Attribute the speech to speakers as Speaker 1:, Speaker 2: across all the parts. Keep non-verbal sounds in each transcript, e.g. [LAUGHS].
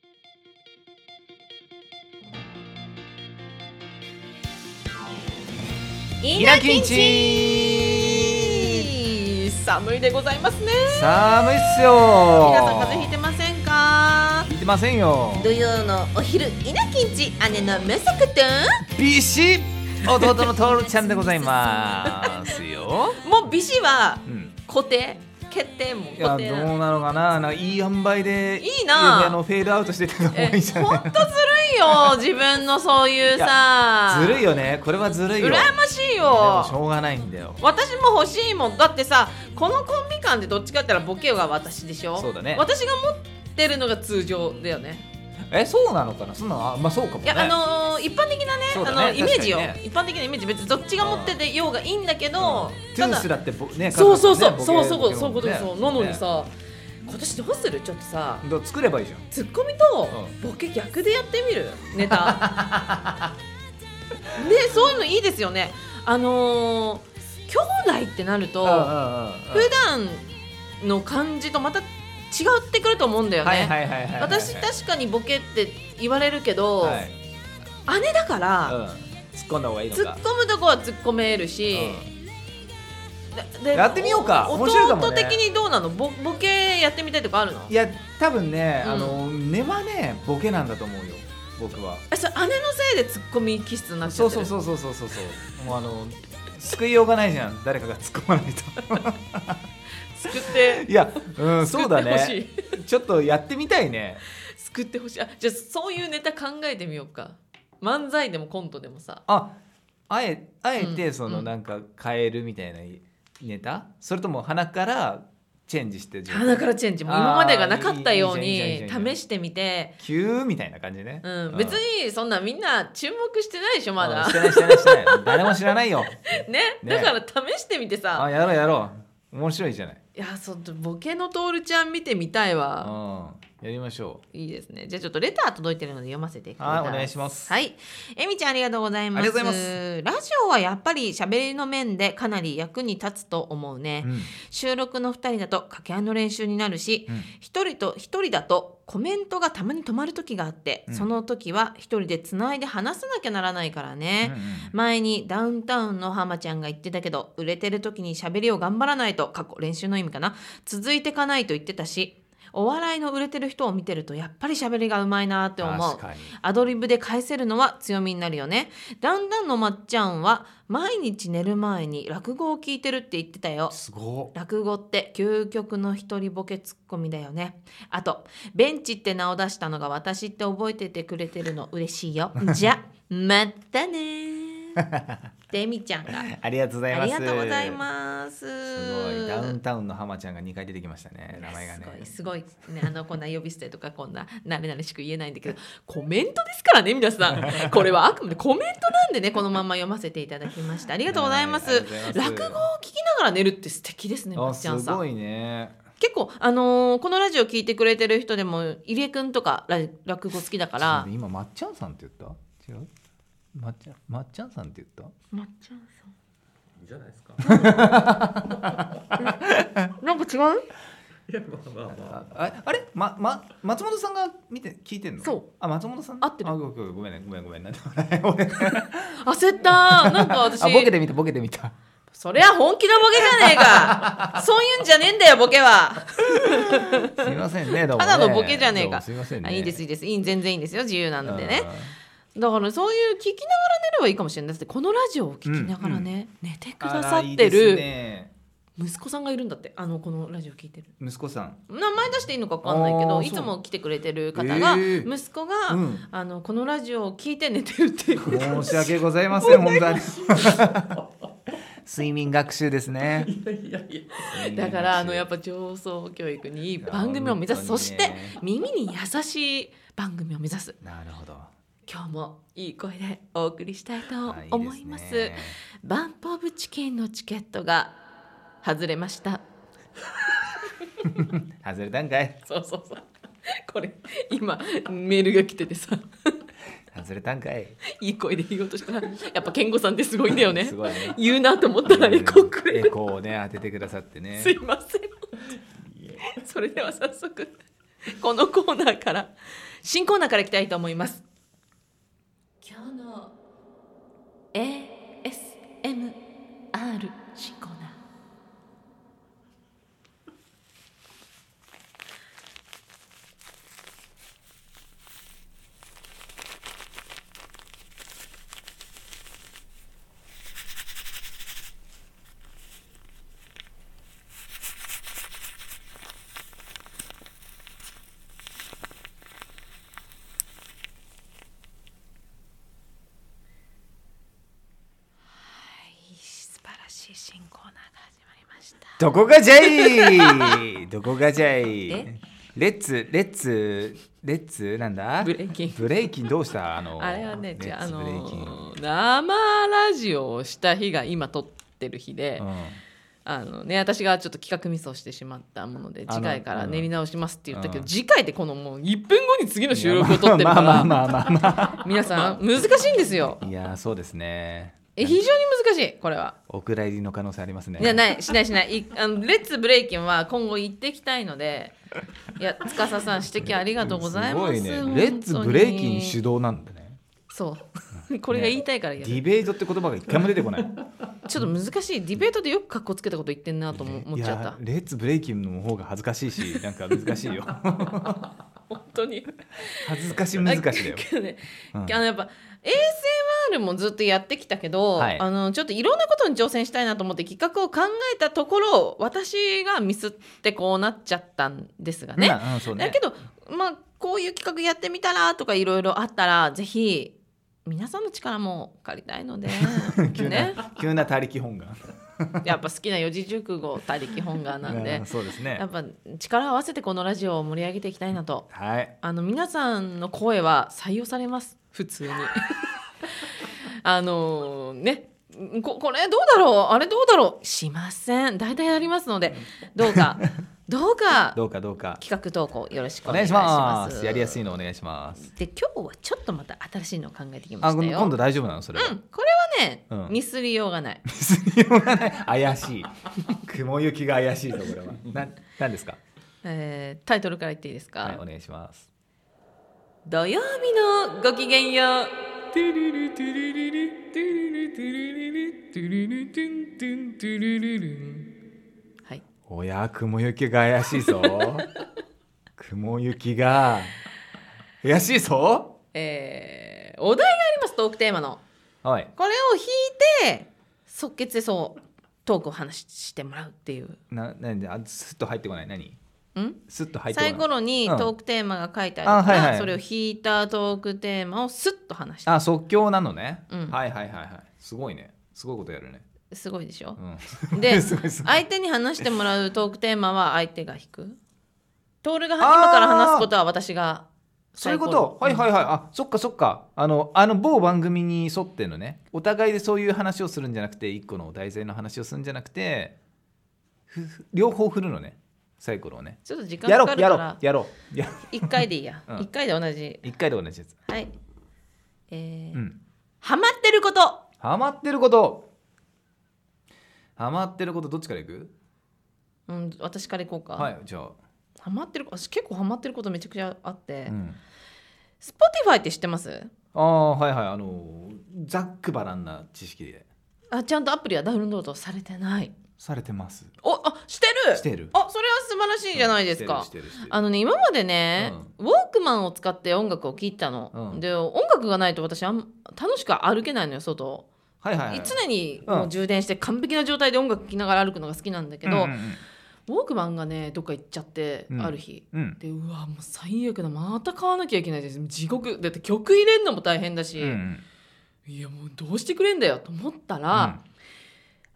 Speaker 1: イ
Speaker 2: イラキンチ
Speaker 1: 寒いでございますね
Speaker 2: 寒いっすよ
Speaker 1: 皆さん風邪ひいてませんか
Speaker 2: ひいてませんよ
Speaker 1: 土曜のお昼イナキンチ姉のむさくと
Speaker 2: ビシッ弟のトールちゃんでございますよ、
Speaker 1: もう美子は
Speaker 2: うん、
Speaker 1: 固定決定も
Speaker 2: いや
Speaker 1: 固
Speaker 2: ど
Speaker 1: 定なの
Speaker 2: うなのかななんかいい塩梅で
Speaker 1: いいな
Speaker 2: あのフェードアウトしてた方
Speaker 1: え
Speaker 2: がいいんじゃ
Speaker 1: ほ
Speaker 2: なんい
Speaker 1: とずるい
Speaker 2: [LAUGHS]
Speaker 1: よ自分のそういうさ
Speaker 2: ずるいよねこれはずるいよ
Speaker 1: 羨
Speaker 2: で
Speaker 1: ましい
Speaker 2: もし
Speaker 1: よ
Speaker 2: ょうがないんだよ
Speaker 1: 私も欲しいもんだってさこのコンビ間でどっちかって言ったらボケが私でしょ
Speaker 2: そうだね
Speaker 1: 私が持ってるのが通常だよね
Speaker 2: えそうなのかなそんなのあまあそうかも
Speaker 1: い
Speaker 2: ね
Speaker 1: や、あのー一般的なね
Speaker 2: そうだね
Speaker 1: あのイメージよ、
Speaker 2: 確かに
Speaker 1: 一般的なイメージ別にどっちが持っててようがいいんだけど、
Speaker 2: ト
Speaker 1: た
Speaker 2: ゥー
Speaker 1: だ
Speaker 2: スだってぼね
Speaker 1: そうそうそ
Speaker 2: カ
Speaker 1: う
Speaker 2: ナ
Speaker 1: そう
Speaker 2: ダ
Speaker 1: そう
Speaker 2: のねボケ
Speaker 1: そういうこと
Speaker 2: ね
Speaker 1: そうなのに
Speaker 2: ね
Speaker 1: さ今年どうするちょっとさ
Speaker 2: どう作ればいいじゃん
Speaker 1: ツッコミと
Speaker 2: う
Speaker 1: ボケ逆でやってみるネタ
Speaker 2: [LAUGHS]
Speaker 1: ねそういうのいいですよねあのー、兄弟ってなると
Speaker 2: うんうんうんうん
Speaker 1: 普段の感じとまた違ってくると思うんだよね、
Speaker 2: はいはいはいはいはい
Speaker 1: 私確かにボケって言われるけど、
Speaker 2: はい
Speaker 1: 姉だから、
Speaker 2: うん突っ込んだ方がいいの
Speaker 1: 突
Speaker 2: か
Speaker 1: っ込むとこは突っ込めるし、でで
Speaker 2: やってみようか
Speaker 1: お
Speaker 2: 面白いかもね
Speaker 1: 弟的にどうなのボボケやってみたいとかあるの
Speaker 2: いや多分ね、
Speaker 1: うん
Speaker 2: あの根はねボケなんだと思うよ僕は
Speaker 1: えそれ姉のせいで突っ込み気質になっちゃ
Speaker 2: そ
Speaker 1: っ
Speaker 2: う
Speaker 1: て
Speaker 2: そ
Speaker 1: るう
Speaker 2: うそうそうそうそうそうもうあの救いようがないじゃん誰かが突っ込まないと [LAUGHS]
Speaker 1: そう救って
Speaker 2: いや、うん、 [LAUGHS] そうだ
Speaker 1: 救
Speaker 2: ね
Speaker 1: って
Speaker 2: ちょっとやってみたいね
Speaker 1: 救ってほしい [LAUGHS] あじゃあそういうネタ考えてみようか漫才でもコントでもさ
Speaker 2: ああえあえ
Speaker 1: う
Speaker 2: て
Speaker 1: ん
Speaker 2: そうの
Speaker 1: ん
Speaker 2: なんか変えるみたいなネタ、それとも鼻からチェンジして自分
Speaker 1: 鼻からチェンジもう今までがなかったよう
Speaker 2: あーいいいいいいいいい
Speaker 1: に試
Speaker 2: い
Speaker 1: してみて
Speaker 2: キューみたいな感じね、
Speaker 1: うん、別にそんなみんな注目してないでしょ
Speaker 2: うん
Speaker 1: まだ
Speaker 2: うんしてないしてないしてない誰も知らないよ
Speaker 1: [LAUGHS] ね
Speaker 2: ね
Speaker 1: だから試してみてさ
Speaker 2: あやろうやろう面白いじゃない、
Speaker 1: いやそのボケのトールちゃん見てみたいわ
Speaker 2: うん、やりましょう
Speaker 1: いいですね。じゃあちょっとレター届いてるので読ませてください。
Speaker 2: はいお願いします
Speaker 1: はい。えみちゃんありがとうございます。
Speaker 2: ありがとうござ
Speaker 1: ラジオはやっぱり喋りの面でかなり役に立つと思うね。
Speaker 2: うん
Speaker 1: 収録の2人だと掛け合いの練習になるし、
Speaker 2: うん
Speaker 1: 一1人と1人だとコメントがたまに止まる時があって、
Speaker 2: うん
Speaker 1: その時は1人でつないで話さなきゃならないからね。
Speaker 2: うんうん
Speaker 1: 前にダウンタウンの浜ちゃんが言ってたけど売れてる時に喋りを頑張らないと過去練習の意味かな続いてかないと言ってたしお笑いの売れてる人を見てるとやっぱり喋りがうまいなって思う
Speaker 2: 確かに
Speaker 1: アドリブで返せるのは強みになるよねダウンタウンのまっちゃんは毎日寝る前に落語を聞いてるって言ってたよ
Speaker 2: すご
Speaker 1: 落語って究極の一人ボケツッコミだよねあとベンチって名を出したのが私って覚えててくれてるの嬉しい
Speaker 2: [LAUGHS]
Speaker 1: よじゃまたねーデミちゃんが
Speaker 2: ありがとうござい
Speaker 1: あ
Speaker 2: ま
Speaker 1: り
Speaker 2: す
Speaker 1: がとうございます
Speaker 2: すごいダウンタウンの浜ちゃんが2回出てきましたね名前がね
Speaker 1: すごいすごいねあのこんな呼び捨てとかこんな慣れ慣れしく言えないんだけどコメントですからね皆さ
Speaker 2: [LAUGHS]
Speaker 1: んこれはあくまでコメントなんでねこのまま読ませていただきましたありがとうございます、
Speaker 2: はいありがとうございます
Speaker 1: 落語を聞きながら寝るって素敵ですねま
Speaker 2: あ
Speaker 1: っち
Speaker 2: す
Speaker 1: ゃんさん
Speaker 2: ごいね
Speaker 1: 結構あのーこのラジオ聞いてくれてる人でも入江くんとかラ落語好きだか
Speaker 2: ちょっと
Speaker 1: ら
Speaker 2: 待って今まっちゃんさんって言った違うまっちゃんまっちゃんさんって言っ
Speaker 1: まっちゃん
Speaker 3: じゃないですか。 [LAUGHS]
Speaker 1: さんなんか違う
Speaker 3: いや、まあまあ
Speaker 2: た
Speaker 3: まあ。
Speaker 2: あああれまま松本さんが見て聞いてんの
Speaker 1: そう
Speaker 2: あ松本さん
Speaker 1: 合ってる
Speaker 2: あごめんごめんねごめんごめんなんでもないごめん
Speaker 1: 焦ったなんか私
Speaker 2: あボケてみたボケてみた
Speaker 1: そりゃ本気のボケじゃねえ
Speaker 2: [LAUGHS]
Speaker 1: かそういうんじゃねえんだよボケは
Speaker 2: すいませんねどうもね
Speaker 1: ただのボケじゃねえか
Speaker 2: どうもすいません
Speaker 1: あ
Speaker 2: ね
Speaker 1: いいですいいですいい全然いいんですよ自由な
Speaker 2: うん
Speaker 1: でねだからそういう聞きながら寝ればいいかもしれないだってこのラジオを聞きながらね、寝てくださ
Speaker 2: あらい
Speaker 1: っ
Speaker 2: い
Speaker 1: て
Speaker 2: です
Speaker 1: る
Speaker 2: ね
Speaker 1: 息子さんがいるんだってあのこのラジオ聞いてる
Speaker 2: 息子さん
Speaker 1: 名前出していいのか分かんないけ
Speaker 2: あ
Speaker 1: ど
Speaker 2: ー
Speaker 1: い
Speaker 2: そう
Speaker 1: つも来てくれてる方が、
Speaker 2: えー
Speaker 1: 息子が、
Speaker 2: うん
Speaker 1: あのこのラジオを聞いて寝てる
Speaker 2: [LAUGHS]
Speaker 1: っていう
Speaker 2: 申し訳ござい
Speaker 1: [LAUGHS]
Speaker 2: ません本当に [LAUGHS] 睡眠学習ですね
Speaker 3: いやいやいや。
Speaker 1: だからあのやっ
Speaker 2: ぱ
Speaker 1: ぱ上層教育にいい番組を目指す、
Speaker 2: いや
Speaker 1: そ
Speaker 2: 本当
Speaker 1: し
Speaker 2: に
Speaker 1: て
Speaker 2: ね
Speaker 1: 耳に優しい番組を目指す
Speaker 2: なるほど
Speaker 1: 今日もいい声でお送りしたいと
Speaker 2: あ
Speaker 1: 思います
Speaker 2: いですね
Speaker 1: バンポーブチキンのチケットが外れました
Speaker 2: 外れたんかい
Speaker 1: そうそうそうこれ今メールが来ててさ
Speaker 2: 外れたんかい
Speaker 1: いい声で言おうとしたらやっぱ健吾さんってすごいんだよね
Speaker 2: すごいね
Speaker 1: 言うなと思ったらエコーくれ
Speaker 2: エ
Speaker 1: る [LAUGHS]
Speaker 2: コーをね当ててくださってね
Speaker 1: すいませんそれでは早速このコーナーから新コーナーからいきたいと思います今日の ASMR 新コーナー素晴らしい新コーナーが始まりました
Speaker 2: どこがじゃ
Speaker 1: [LAUGHS]
Speaker 2: いどこがじゃい
Speaker 1: え
Speaker 2: レッツレッツレッツなんだ
Speaker 1: ブレイキン
Speaker 2: ブレイキンどうしたあの
Speaker 1: あれはねじゃああ
Speaker 2: レッツブレイキン
Speaker 1: のー生ラジオをした日が今撮ってる日で、
Speaker 2: うん
Speaker 1: あのね、私がちょっと企画ミスをしてしまったもので
Speaker 2: あの
Speaker 1: 次回から練り直しますって言ったけど、
Speaker 2: うん
Speaker 1: 次回でこのもう1分後に次の [LAUGHS] 収録を撮ってるか
Speaker 2: まあ
Speaker 1: ら
Speaker 2: まあまあまあま
Speaker 1: 皆さん難しいんですよ
Speaker 2: あいやーそうですね
Speaker 1: え非常に難しいこれは。
Speaker 2: お蔵入りの可能性ありますね
Speaker 1: いやないしないしないいあのレッツブレイキンは今後行ってきたいのでいや司さん指摘ありがとうございます
Speaker 2: すごいね
Speaker 1: 本当に
Speaker 2: レッツブレイキン主導なんだね
Speaker 1: そう [LAUGHS] これが言いたいから
Speaker 2: デ
Speaker 1: やる
Speaker 2: ィベートって言葉が一回も出てこない
Speaker 1: ちょっと難しいディベートでよくかっこつけたこと言ってんなとも思っちゃっ
Speaker 2: い
Speaker 1: た
Speaker 2: やレッツブレイキンの方が恥ずかしいしなんか難しいよ
Speaker 1: [LAUGHS] 本当に
Speaker 2: 恥ずかし難しいだよ、
Speaker 1: けどね
Speaker 2: うん
Speaker 1: あのやっぱ ASMR もずっとやってきたけど、
Speaker 2: はい
Speaker 1: あのちょっといろんなことに挑戦したいなと思って企画を考えたところ私がミスってこうなっちゃったんですがね。
Speaker 2: うんうんそうね
Speaker 1: だけど、まあ、こういう企画やってみたらとかいろいろあったらぜひ皆さんの力も借りたいので
Speaker 2: [LAUGHS] 急な、
Speaker 1: ね、
Speaker 2: 急な他力本願
Speaker 1: やっぱ好きな四字熟語他力本願
Speaker 2: [LAUGHS]
Speaker 1: なんで
Speaker 2: うそうですね
Speaker 1: やっぱ力を合わせてこのラジオを盛り上げていきたいなと
Speaker 2: はい
Speaker 1: あの皆さんの声は採用されます普通に [LAUGHS] あのねここれどうだろうあれどうだろうしません大体ありますのでどう
Speaker 2: [LAUGHS]
Speaker 1: かどうか
Speaker 2: どうかどうか
Speaker 1: 企画投稿よろしく
Speaker 2: お
Speaker 1: お願い
Speaker 2: 願い
Speaker 1: し
Speaker 2: し
Speaker 1: ま
Speaker 2: ますすやりやすいのお願いします
Speaker 1: で今日はちょっとまた新しいのを考えてきま
Speaker 2: あ
Speaker 1: したよ
Speaker 2: 今度大丈夫なのそれは、
Speaker 1: うんこれはね、
Speaker 2: うん
Speaker 1: ミスりようがない
Speaker 2: 見ようがない怪しい雲行きが怪しいところはな何ですか
Speaker 1: えータイトルから言っていいですか、
Speaker 2: はいお願いします
Speaker 1: 土曜日のごきげんよう
Speaker 3: トゥルルトゥルルルトゥルルトゥルルルトゥルルトゥントゥントゥルルルン
Speaker 1: はい
Speaker 2: おや雲行きが怪しいぞ [LAUGHS] 雲行きが怪しいぞ
Speaker 1: えーお題がありますトークテーマの
Speaker 2: はい
Speaker 1: これを引いて即決でそうトークを話してもらうっていう。
Speaker 2: ななんであスッと入ってこない何
Speaker 1: ん
Speaker 2: スッと入ってこない
Speaker 1: 最後のに
Speaker 2: うん
Speaker 1: トークテーマが書いてあるから、
Speaker 2: あはいはい
Speaker 1: それを引いたトークテーマをスッと話して
Speaker 2: あ即興なのね、
Speaker 1: うん
Speaker 2: はいはいはいはいすごいねすごいことやるね、
Speaker 1: すごいでしょ
Speaker 2: う、ん、 [LAUGHS]
Speaker 1: で
Speaker 2: すごいすごい
Speaker 1: 相手に話してもらうトークテーマは相手が引くトールが今から話すことは私が
Speaker 2: そういうことはいはいいはいあそっかそっかあのあの某番組に沿ってのねお互いでそういう話をするんじゃなくて一個のお題材の話をするんじゃなくてふふ両方振るのねサイコロをね
Speaker 1: ちょっと時間
Speaker 2: や
Speaker 1: か
Speaker 2: ろ
Speaker 1: か
Speaker 2: う
Speaker 1: る
Speaker 2: や
Speaker 1: か
Speaker 2: ろ
Speaker 1: ら
Speaker 2: うやろう [LAUGHS] や
Speaker 1: 1回でいいや、
Speaker 2: うん
Speaker 1: 1回で同じ
Speaker 2: 一回で同じやつ
Speaker 1: はいえー
Speaker 2: うん
Speaker 1: ハマってること
Speaker 2: ハマってることハマってることどっちからいく
Speaker 1: うん、私からいこうか、
Speaker 2: はいじゃあ、
Speaker 1: ハマってる私結構ハマってることめちゃくちゃあって、
Speaker 2: うん、
Speaker 1: Spotify って知ってます
Speaker 2: ああはいはいあのざっくばらんな知識で
Speaker 1: あちゃんとアプリはダウンロードされてない
Speaker 2: されてます
Speaker 1: おあしてる
Speaker 2: してる
Speaker 1: あそれは素晴らしいじゃないですか、
Speaker 2: してるしてるしてる
Speaker 1: あのね今までね、ウォークマンを使って音楽を聴いてたの、
Speaker 2: うん
Speaker 1: で音楽がないと私あん楽しく歩けないのよ外、
Speaker 2: はいはいはい
Speaker 1: 常に
Speaker 2: うん
Speaker 1: もう充電して完璧な状態で音楽聴きながら歩くのが好きなんだけど、
Speaker 2: うんうん
Speaker 1: ウォークマンがねどっか行っちゃって、
Speaker 2: うん
Speaker 1: ある日
Speaker 2: うんうん
Speaker 1: でうわもう最悪だまた買わなきゃいけないです地獄だって曲入れるのも大変だし、
Speaker 2: うんうん
Speaker 1: いやもうどうしてくれんだよと思ったら、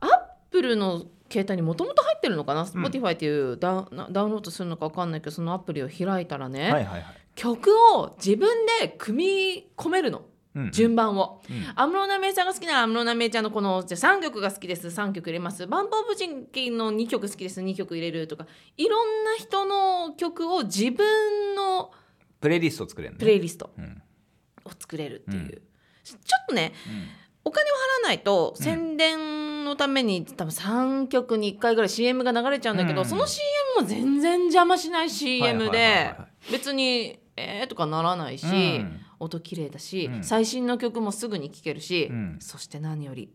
Speaker 1: アップルの携帯にもともと入ってるのかな、Spotify っていうダウンダウンロードするのか分かんないけどそのアプリを開いたら
Speaker 2: う
Speaker 1: ね、
Speaker 2: んはいはいはい
Speaker 1: 曲を自分で組み込めるの
Speaker 2: うん
Speaker 1: 順番を。
Speaker 2: うん
Speaker 1: 安室奈美恵さんが好きなら安室奈美恵ちゃんのこのじゃあ3曲が好きです3曲入れますバンポーブチキンの2曲好きです2曲入れるとかいろんな人の曲を自分の
Speaker 2: プレイリストを作れるのね
Speaker 1: プレイリスト
Speaker 2: うん
Speaker 1: を作れるっていう、
Speaker 2: うん
Speaker 1: ちょっとねお金を払わないと宣伝のために多分3曲に1回ぐらい CM が流れちゃうんだけど、
Speaker 2: うん
Speaker 1: その CM も全然邪魔しない CM で、
Speaker 2: はいはいはいはい
Speaker 1: 別に「えー」とかならないし、
Speaker 2: うん
Speaker 1: 音綺麗だし、
Speaker 2: うん
Speaker 1: 最新の曲もすぐに聴けるし、
Speaker 2: うん
Speaker 1: そして何より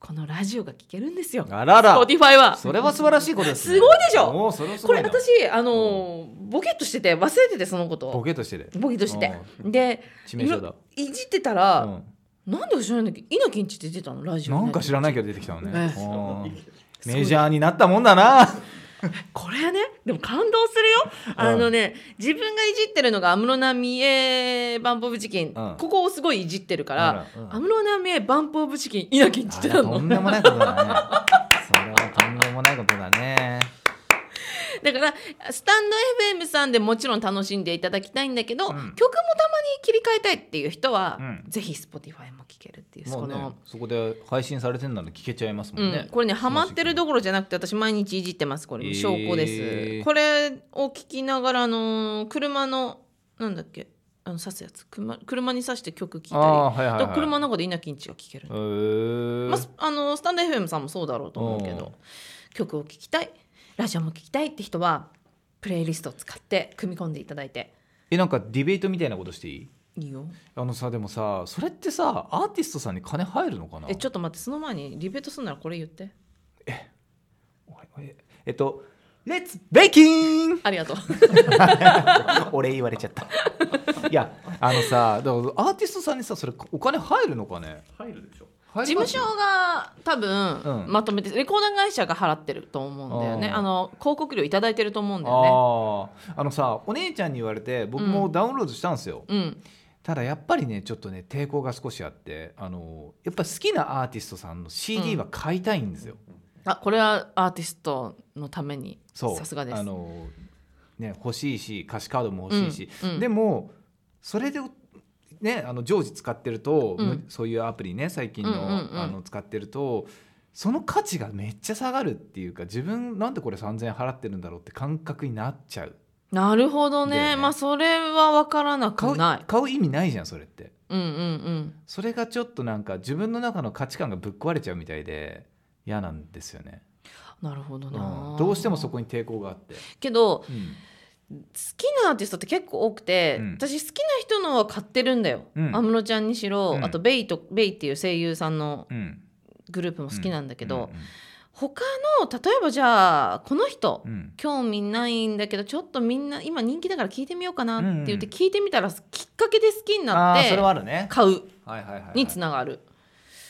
Speaker 1: このラジオが聴けるんですよ
Speaker 2: あらら
Speaker 1: Spotify は。
Speaker 2: それは素晴らしいことですね、
Speaker 1: すごいでしょ
Speaker 2: おーそれはす
Speaker 1: こ
Speaker 2: ごい
Speaker 1: れ
Speaker 2: な
Speaker 1: 私あのーボケっとしてて忘れててそのこ
Speaker 2: ボ
Speaker 1: と
Speaker 2: ケとしてる
Speaker 1: ボケっとしててで
Speaker 2: 致命傷だ、
Speaker 1: いじってた
Speaker 2: う
Speaker 1: ら、
Speaker 2: ん
Speaker 1: なんでか知らないんだけど稲城んちって出てたのラジオ
Speaker 2: なんか知らないいけど出てきたのね
Speaker 1: ね。
Speaker 2: おーメジャーになったもん
Speaker 1: [LAUGHS]
Speaker 2: だな。
Speaker 1: これはねでも感動するよあのね、自分がいじってるのが安室奈美恵バンポブチキン、
Speaker 2: うん
Speaker 1: ここをすごいいじってるから
Speaker 2: うんうん
Speaker 1: 安室奈美恵バンポブチキン稲城んちって
Speaker 2: あ
Speaker 1: た
Speaker 2: らと
Speaker 1: の
Speaker 2: んでもないことだね。それはとんでもないことだね。
Speaker 1: だからスタンド FM さんでもちろん楽しんでいただきたいんだけど、
Speaker 2: うん
Speaker 1: 曲もたまに切り替えたいっていう人は、
Speaker 2: うん
Speaker 1: ぜひ Spotify も聴けるっていう、
Speaker 2: も
Speaker 1: そう
Speaker 2: ね
Speaker 1: の、
Speaker 2: そこで配信されてるなら聞けちゃいますもんね。
Speaker 1: うん、これねハマってるどころじゃなくて私毎日いじってますこ
Speaker 2: え
Speaker 1: れ
Speaker 2: ー
Speaker 1: 証拠です、これを聞きながらあのー車のなんだっけあの刺すやつ車車に刺して曲聴いたり、
Speaker 2: あーはいは
Speaker 1: だ
Speaker 2: いは
Speaker 1: から
Speaker 2: い。
Speaker 1: 車の中で稲城んちが聴ける、
Speaker 2: へー
Speaker 1: まあすあのースタンド FM さんもそうだろうと思うけ
Speaker 2: うん
Speaker 1: ど曲を聴きたいラジオも聴きたいって人はプレイリストを使って組み込んでいただいて
Speaker 2: えなんかディベートみたいなことしていい？
Speaker 1: いいよ
Speaker 2: あのさでもさそれってさアーティストさんに金入るのかな？
Speaker 1: えちょっと待ってその前にリベートするならこれ言って
Speaker 2: おいええっとレッツベイキン。
Speaker 1: ありが
Speaker 2: [LAUGHS]
Speaker 1: とう
Speaker 2: 俺言われちゃった。いやあのさだからアーティストさんにさそれお金入るのかね？
Speaker 4: 入るでしょ
Speaker 2: 入
Speaker 1: 事務
Speaker 2: ります
Speaker 1: 所が多
Speaker 2: う
Speaker 1: 分
Speaker 2: ん
Speaker 1: まとめてレコーダー会社が払ってると思うんだよね
Speaker 2: あー
Speaker 1: あの広告料頂いただいてると思うんだよ
Speaker 2: あああのさお姉ちゃんに言われて僕もダウンロードしたんですよ、
Speaker 1: ねうん
Speaker 2: ただやっぱりねちょっとね抵抗が少しあってあのやっぱ好きなアーティストさんの CD は買いたいんですよ、
Speaker 1: あこれはアーティストのために
Speaker 2: そう
Speaker 1: さすがです
Speaker 2: あの、ね、欲しいし歌詞カードも欲しいし、
Speaker 1: うんうん
Speaker 2: でもそれでねあの常時使ってると、
Speaker 1: うん
Speaker 2: そういうアプリね最近の,、
Speaker 1: うんうんうん
Speaker 2: あの使ってるとその価値がめっちゃ下がるっていうか自分なんでこれ3,000円払ってるんだろうって感覚になっちゃう
Speaker 1: なるほど
Speaker 2: だよ
Speaker 1: ね
Speaker 2: ね
Speaker 1: まあそれは分からな
Speaker 2: 買
Speaker 1: く
Speaker 2: う
Speaker 1: ない
Speaker 2: 買う意味ないじゃんそれって。
Speaker 1: うんうんうん
Speaker 2: それがちょっとなんか自分の中の価値観がぶっ壊れちゃうみたいで嫌なんですよね、
Speaker 1: なるほど
Speaker 2: う、
Speaker 1: なん
Speaker 2: どうしてもそこに抵抗があって、
Speaker 1: けど
Speaker 2: うん
Speaker 1: 好きなアーティストって結構多くて、
Speaker 2: うん
Speaker 1: 私好きな人のは買ってるんだよ
Speaker 2: うん
Speaker 1: 安室、ちゃんにしろ、
Speaker 2: うん
Speaker 1: あとベイとベイっていう声優さんの
Speaker 2: うん、
Speaker 1: グループも好きなんだけど、
Speaker 2: うん
Speaker 1: 他の例えばじゃあこの人、
Speaker 2: うんうん
Speaker 1: 興味ないんだけどちょっとみんな今人気だから聞いてみようかなって言って
Speaker 2: うん
Speaker 1: 聞いてみたらきっかけで好きにな
Speaker 2: あ
Speaker 1: っ
Speaker 2: ーそれは
Speaker 1: て
Speaker 2: あるね、
Speaker 1: 買う
Speaker 2: はいはいはいはい、
Speaker 1: につながる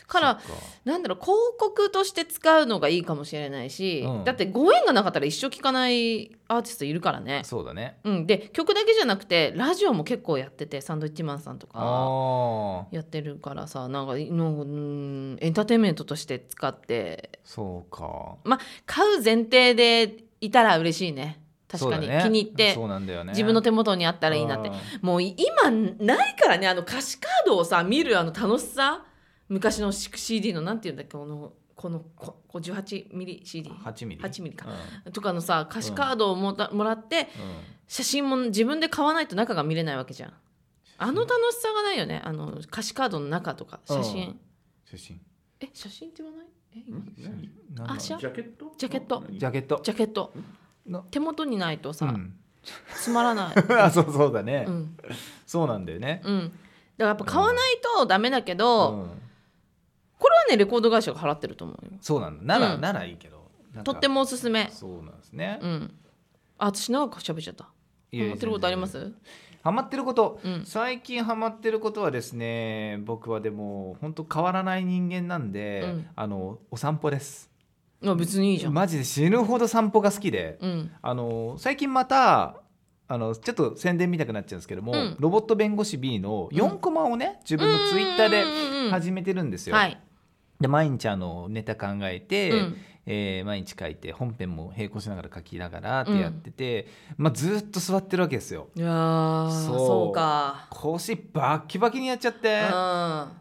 Speaker 1: から
Speaker 2: そっか
Speaker 1: なんだろう広告として使うのがいいかもしれないし、
Speaker 2: うん
Speaker 1: だってご縁がなかったら一生聞かないアーティストいるからね。
Speaker 2: そうだね
Speaker 1: うん、で曲だけじゃなくてラジオも結構やっててサンドイッチマンさんとか
Speaker 2: ああ
Speaker 1: やってるからさなんかのうんエンターテインメントとして使って
Speaker 2: そうか
Speaker 1: 買う前提でいたら嬉しいね確かに、
Speaker 2: そうだね
Speaker 1: 気に入って、
Speaker 2: そうなんだよね
Speaker 1: 自分の手元にあったらいいなって
Speaker 2: うん
Speaker 1: もう今ないからねあの歌詞カードをさ見るあの楽しさ昔の CD のなんていうんだっけこのこのここ18ミリ CD
Speaker 2: 8ミリ
Speaker 1: 8ミリか
Speaker 2: うん
Speaker 1: とかのさ歌詞カードをもたもらって
Speaker 2: うん
Speaker 1: 写真も自分で買わないと中が見れないわけじゃんあの楽しさがないよねあの歌詞カードの中とか写真、
Speaker 2: うん写真
Speaker 1: え写真って言わないえ
Speaker 4: 何
Speaker 2: なんだ
Speaker 1: あし
Speaker 4: ジ
Speaker 1: ゃ
Speaker 4: ャケット
Speaker 1: ジャケット
Speaker 4: 何
Speaker 2: ジャケット
Speaker 1: ジャケット
Speaker 2: な
Speaker 1: 手元にないとさ、
Speaker 2: うん、 [LAUGHS]
Speaker 1: つまらない、
Speaker 2: あそうそうだね、
Speaker 1: うん、
Speaker 2: そうなんだよね、
Speaker 1: うん、だからやっぱ買わないとダメだけど、
Speaker 2: うん
Speaker 1: これはねレコード会社が払ってると思うよ
Speaker 2: そうなんだなら、
Speaker 1: うん
Speaker 2: ならいいけどなんか
Speaker 1: とってもおすすめ
Speaker 2: そうなんですね、
Speaker 1: うんあ私長く喋っちゃった
Speaker 2: いやいや
Speaker 1: 思ってることあります
Speaker 2: ハマってること、
Speaker 1: うん
Speaker 2: 最近ハマってることはですね僕はでも本当変わらない人間なんで、
Speaker 1: うん
Speaker 2: あのお散歩です
Speaker 1: いや別にいいじゃん、
Speaker 2: マジで死ぬほど散歩が好きで、
Speaker 1: うん
Speaker 2: あの最近またあのちょっと宣伝みたくなっちゃうんですけども、
Speaker 1: うん
Speaker 2: ロボット弁護士 B の4コマをね自分のツイッターで
Speaker 1: うんうんうんうん
Speaker 2: 始めてるんですよ。
Speaker 1: はい、
Speaker 2: で毎日あのネタ考えて、
Speaker 1: うん
Speaker 2: えー毎日書いて本編も並行しながら書きながらってやってて、まあ、ずっと座ってるわけですよ。
Speaker 1: いやー
Speaker 2: そ
Speaker 1: そううか
Speaker 2: 腰バッキバキにやっちゃって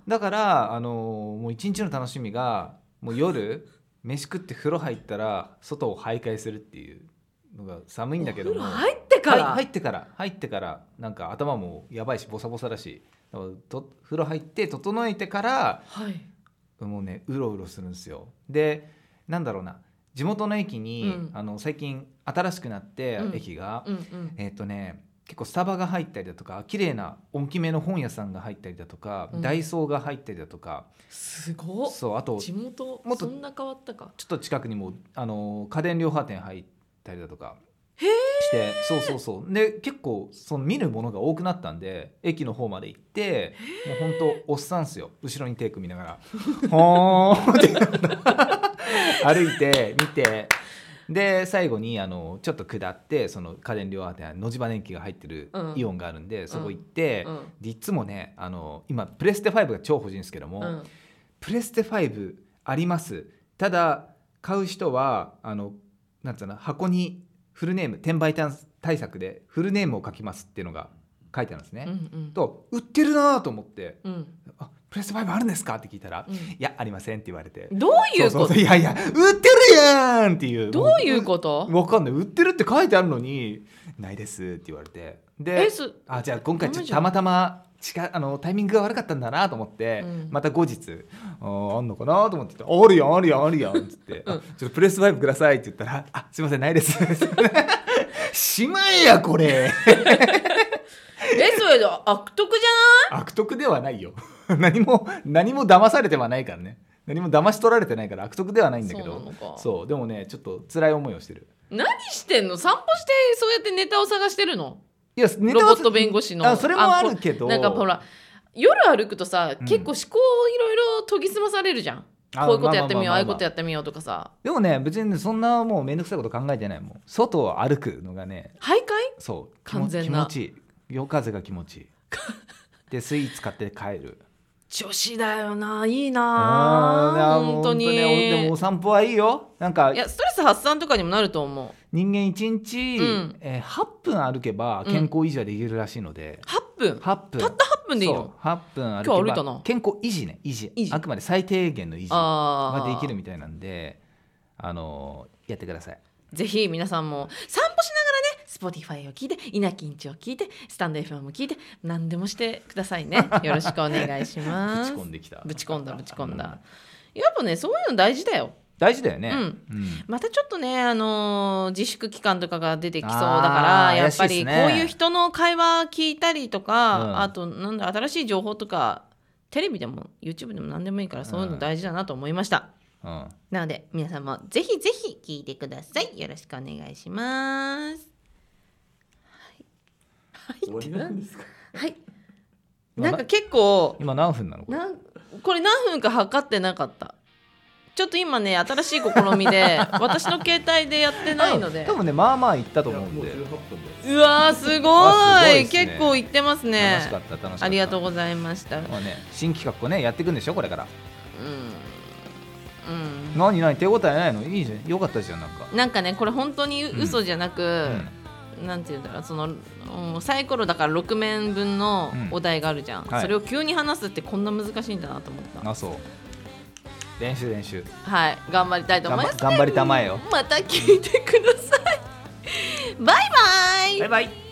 Speaker 1: う
Speaker 2: だからあのーもう一日の楽しみがもう夜飯食って風呂入ったら外を徘徊するっていうのが寒いん
Speaker 1: ん
Speaker 2: だけど
Speaker 1: お
Speaker 2: も
Speaker 1: 風呂入ってから、
Speaker 2: はい入ってから入ってからなんか頭もやばいしボサボサだしだからと風呂入って整えてから
Speaker 1: はい
Speaker 2: もうねうろうろするんですよでなんだろうな地元の駅に、
Speaker 1: うん
Speaker 2: あの最近新しくなって、
Speaker 1: うん
Speaker 2: 駅が、
Speaker 1: うんうん
Speaker 2: えっ、とね結構スタバが入ったりだとか綺麗な大きめの本屋さんが入ったりだとか、
Speaker 1: うん
Speaker 2: ダイソーが入ったりだとか
Speaker 1: すごっ
Speaker 2: そうあと
Speaker 1: 地元
Speaker 2: もっと
Speaker 1: そんな変わったか
Speaker 2: ちょっと近くにもあの家電量販店入ったりだとかしてそうそうそうで結構その見るものが多くなったんで駅の方まで行ってもうほんとおっさんっすよ後ろにテイク見ながら「ほーん」って歩いて見てで最後にあのちょっと下ってその家電量販店野島電機が入ってる
Speaker 1: うん
Speaker 2: イオンがあるんで、そこ行って、
Speaker 1: うん
Speaker 2: でいつもねあの今プレステ5が超欲しいんですけども、
Speaker 1: うん
Speaker 2: プレステ5ありますただ買う人はあのなんつうの箱にフルネーム転売対策でフルネームを書きますっていうのが書いてあるんですね、
Speaker 1: うんうん
Speaker 2: と売ってるなと思って
Speaker 1: うん
Speaker 2: 「あプレステ5あるんですか?」って聞いたら「
Speaker 1: うん
Speaker 2: いやありません」って言われて
Speaker 1: どういう
Speaker 2: そう
Speaker 1: こ
Speaker 2: そ
Speaker 1: と
Speaker 2: ういやいや売ってるやんってい
Speaker 1: [LAUGHS]
Speaker 2: う
Speaker 1: どういうこと
Speaker 2: [LAUGHS]
Speaker 1: と
Speaker 2: わかんない売ってるって書いてあるのに「ないです」って言われてで
Speaker 1: えす
Speaker 2: あじゃあ今回
Speaker 1: ダメ
Speaker 2: ちょっと
Speaker 1: じゃん
Speaker 2: たまたま近いあのタイミングが悪かったんだなと思って、
Speaker 1: うん
Speaker 2: また後日あーあんのかなと思ってて「あるやんあるやんあ
Speaker 1: [LAUGHS]
Speaker 2: るやん」っつって、あちょっとプレスバイブください」って言ったら「あすいませんないです」 [LAUGHS] しまえやこれ
Speaker 1: えそれ悪徳じ
Speaker 2: 悪徳ではないよ [LAUGHS] 何も何も騙されてはないからね何も騙し取られてないから悪徳ではないんだけ
Speaker 1: そうな
Speaker 2: ど
Speaker 1: のか
Speaker 2: そうでもねちょっと辛い思いをしてる
Speaker 1: ゃない何してんの散歩してそうやってネタを探してるの
Speaker 2: いやネ
Speaker 1: ロ
Speaker 2: タ
Speaker 1: ボ
Speaker 2: は
Speaker 1: ット弁護士の
Speaker 2: あそれもあるけど
Speaker 1: こなんかほら夜歩くとさ、
Speaker 2: うん
Speaker 1: 結構思考をいろいろ研ぎ澄まされるじゃん
Speaker 2: あ
Speaker 1: こういうことやってみよう
Speaker 2: ま
Speaker 1: あ
Speaker 2: あまあまあまあ
Speaker 1: あいうことやってみようとかさ
Speaker 2: でもね別にねそんなもうめんどくさいこと考えてないもん外を歩くのがね
Speaker 1: 徘徊
Speaker 2: そう
Speaker 1: 完全な
Speaker 2: 気持ちいい夜風が気持
Speaker 1: [LAUGHS]
Speaker 2: ちいいでスイーツ買って帰る
Speaker 1: 女子だよないい
Speaker 2: あ
Speaker 1: な
Speaker 2: ー
Speaker 1: 本当に
Speaker 2: ねおでもお散歩はいいよなんか
Speaker 1: いやストレス発散とかにもなると思う
Speaker 2: 人間1日、
Speaker 1: うん
Speaker 2: えー8分歩けば健康維持はできるらしいので、
Speaker 1: 8分
Speaker 2: 8分
Speaker 1: たった8分でいい
Speaker 2: そう
Speaker 1: の
Speaker 2: 8分
Speaker 1: 今日
Speaker 2: 歩
Speaker 1: 歩い
Speaker 2: け
Speaker 1: たな
Speaker 2: ば健康維持ね維持
Speaker 1: 維持
Speaker 2: あくまで最低限の維持が
Speaker 1: ああ
Speaker 2: できるみたいなんであのーやってください
Speaker 1: ぜひ皆さんも散歩しながらね Spotify を聞いて稲きんちを聞いてスタンド FM も聞いて何でもしてください
Speaker 2: [LAUGHS]
Speaker 1: ねよろしくお願いし
Speaker 2: ぶ
Speaker 1: ま
Speaker 2: ち
Speaker 1: す
Speaker 2: 込んできた
Speaker 1: ぶち込んだぶち込ん
Speaker 2: うん
Speaker 1: だやっぱねそういうの大事だよ
Speaker 2: 大事だよね、
Speaker 1: うん
Speaker 2: うん
Speaker 1: またちょっとね、あのー自粛期間とかが出てきそうだ
Speaker 2: あ
Speaker 1: から
Speaker 2: ー
Speaker 1: やっぱ
Speaker 2: 怪しいっ
Speaker 1: り
Speaker 2: す
Speaker 1: こう
Speaker 2: ね
Speaker 1: いう人の会話聞いたりとか、
Speaker 2: うん
Speaker 1: あとなんだ新しい情報とかテレビでも YouTube でも何でもいいからそういうの大事だなと思いました、
Speaker 2: うん
Speaker 1: なので皆さんもぜひぜひ聞いてくださいよろしくお願いしますはいはいってなん
Speaker 2: ですか
Speaker 1: はい
Speaker 2: 今
Speaker 1: な
Speaker 2: なん
Speaker 1: か結構
Speaker 2: 今何分なのこれ
Speaker 1: なんこれ何分か測ってなかったちょっと今ね新しい試み
Speaker 2: [LAUGHS]
Speaker 1: で私の携帯でやってないので
Speaker 2: 多分ねまあまあいったと思うんで
Speaker 1: うわーすご
Speaker 2: あすごい
Speaker 1: い
Speaker 2: っすね
Speaker 1: 結構いってますね
Speaker 2: 楽しかった楽しかった
Speaker 1: ありがとう
Speaker 2: う
Speaker 1: ございましたうん
Speaker 2: まあね新企画をねやっていくんでしょこれから
Speaker 1: うん
Speaker 2: 何何手応えないのいいじゃんよかったじゃんなんか
Speaker 1: なんかねこれ本当に嘘じゃな
Speaker 2: う
Speaker 1: く、なんていうんだろうそのうんサイコロだから6面分の
Speaker 2: うん
Speaker 1: お題があるじゃん、
Speaker 2: はい
Speaker 1: それを急に話すってこんな難しいんだなと思った
Speaker 2: あそう練習練習
Speaker 1: はい頑張りたいと思います
Speaker 2: 頑張頑張りたまえよ
Speaker 1: また聞いてくださいバイバイ
Speaker 2: バイバイ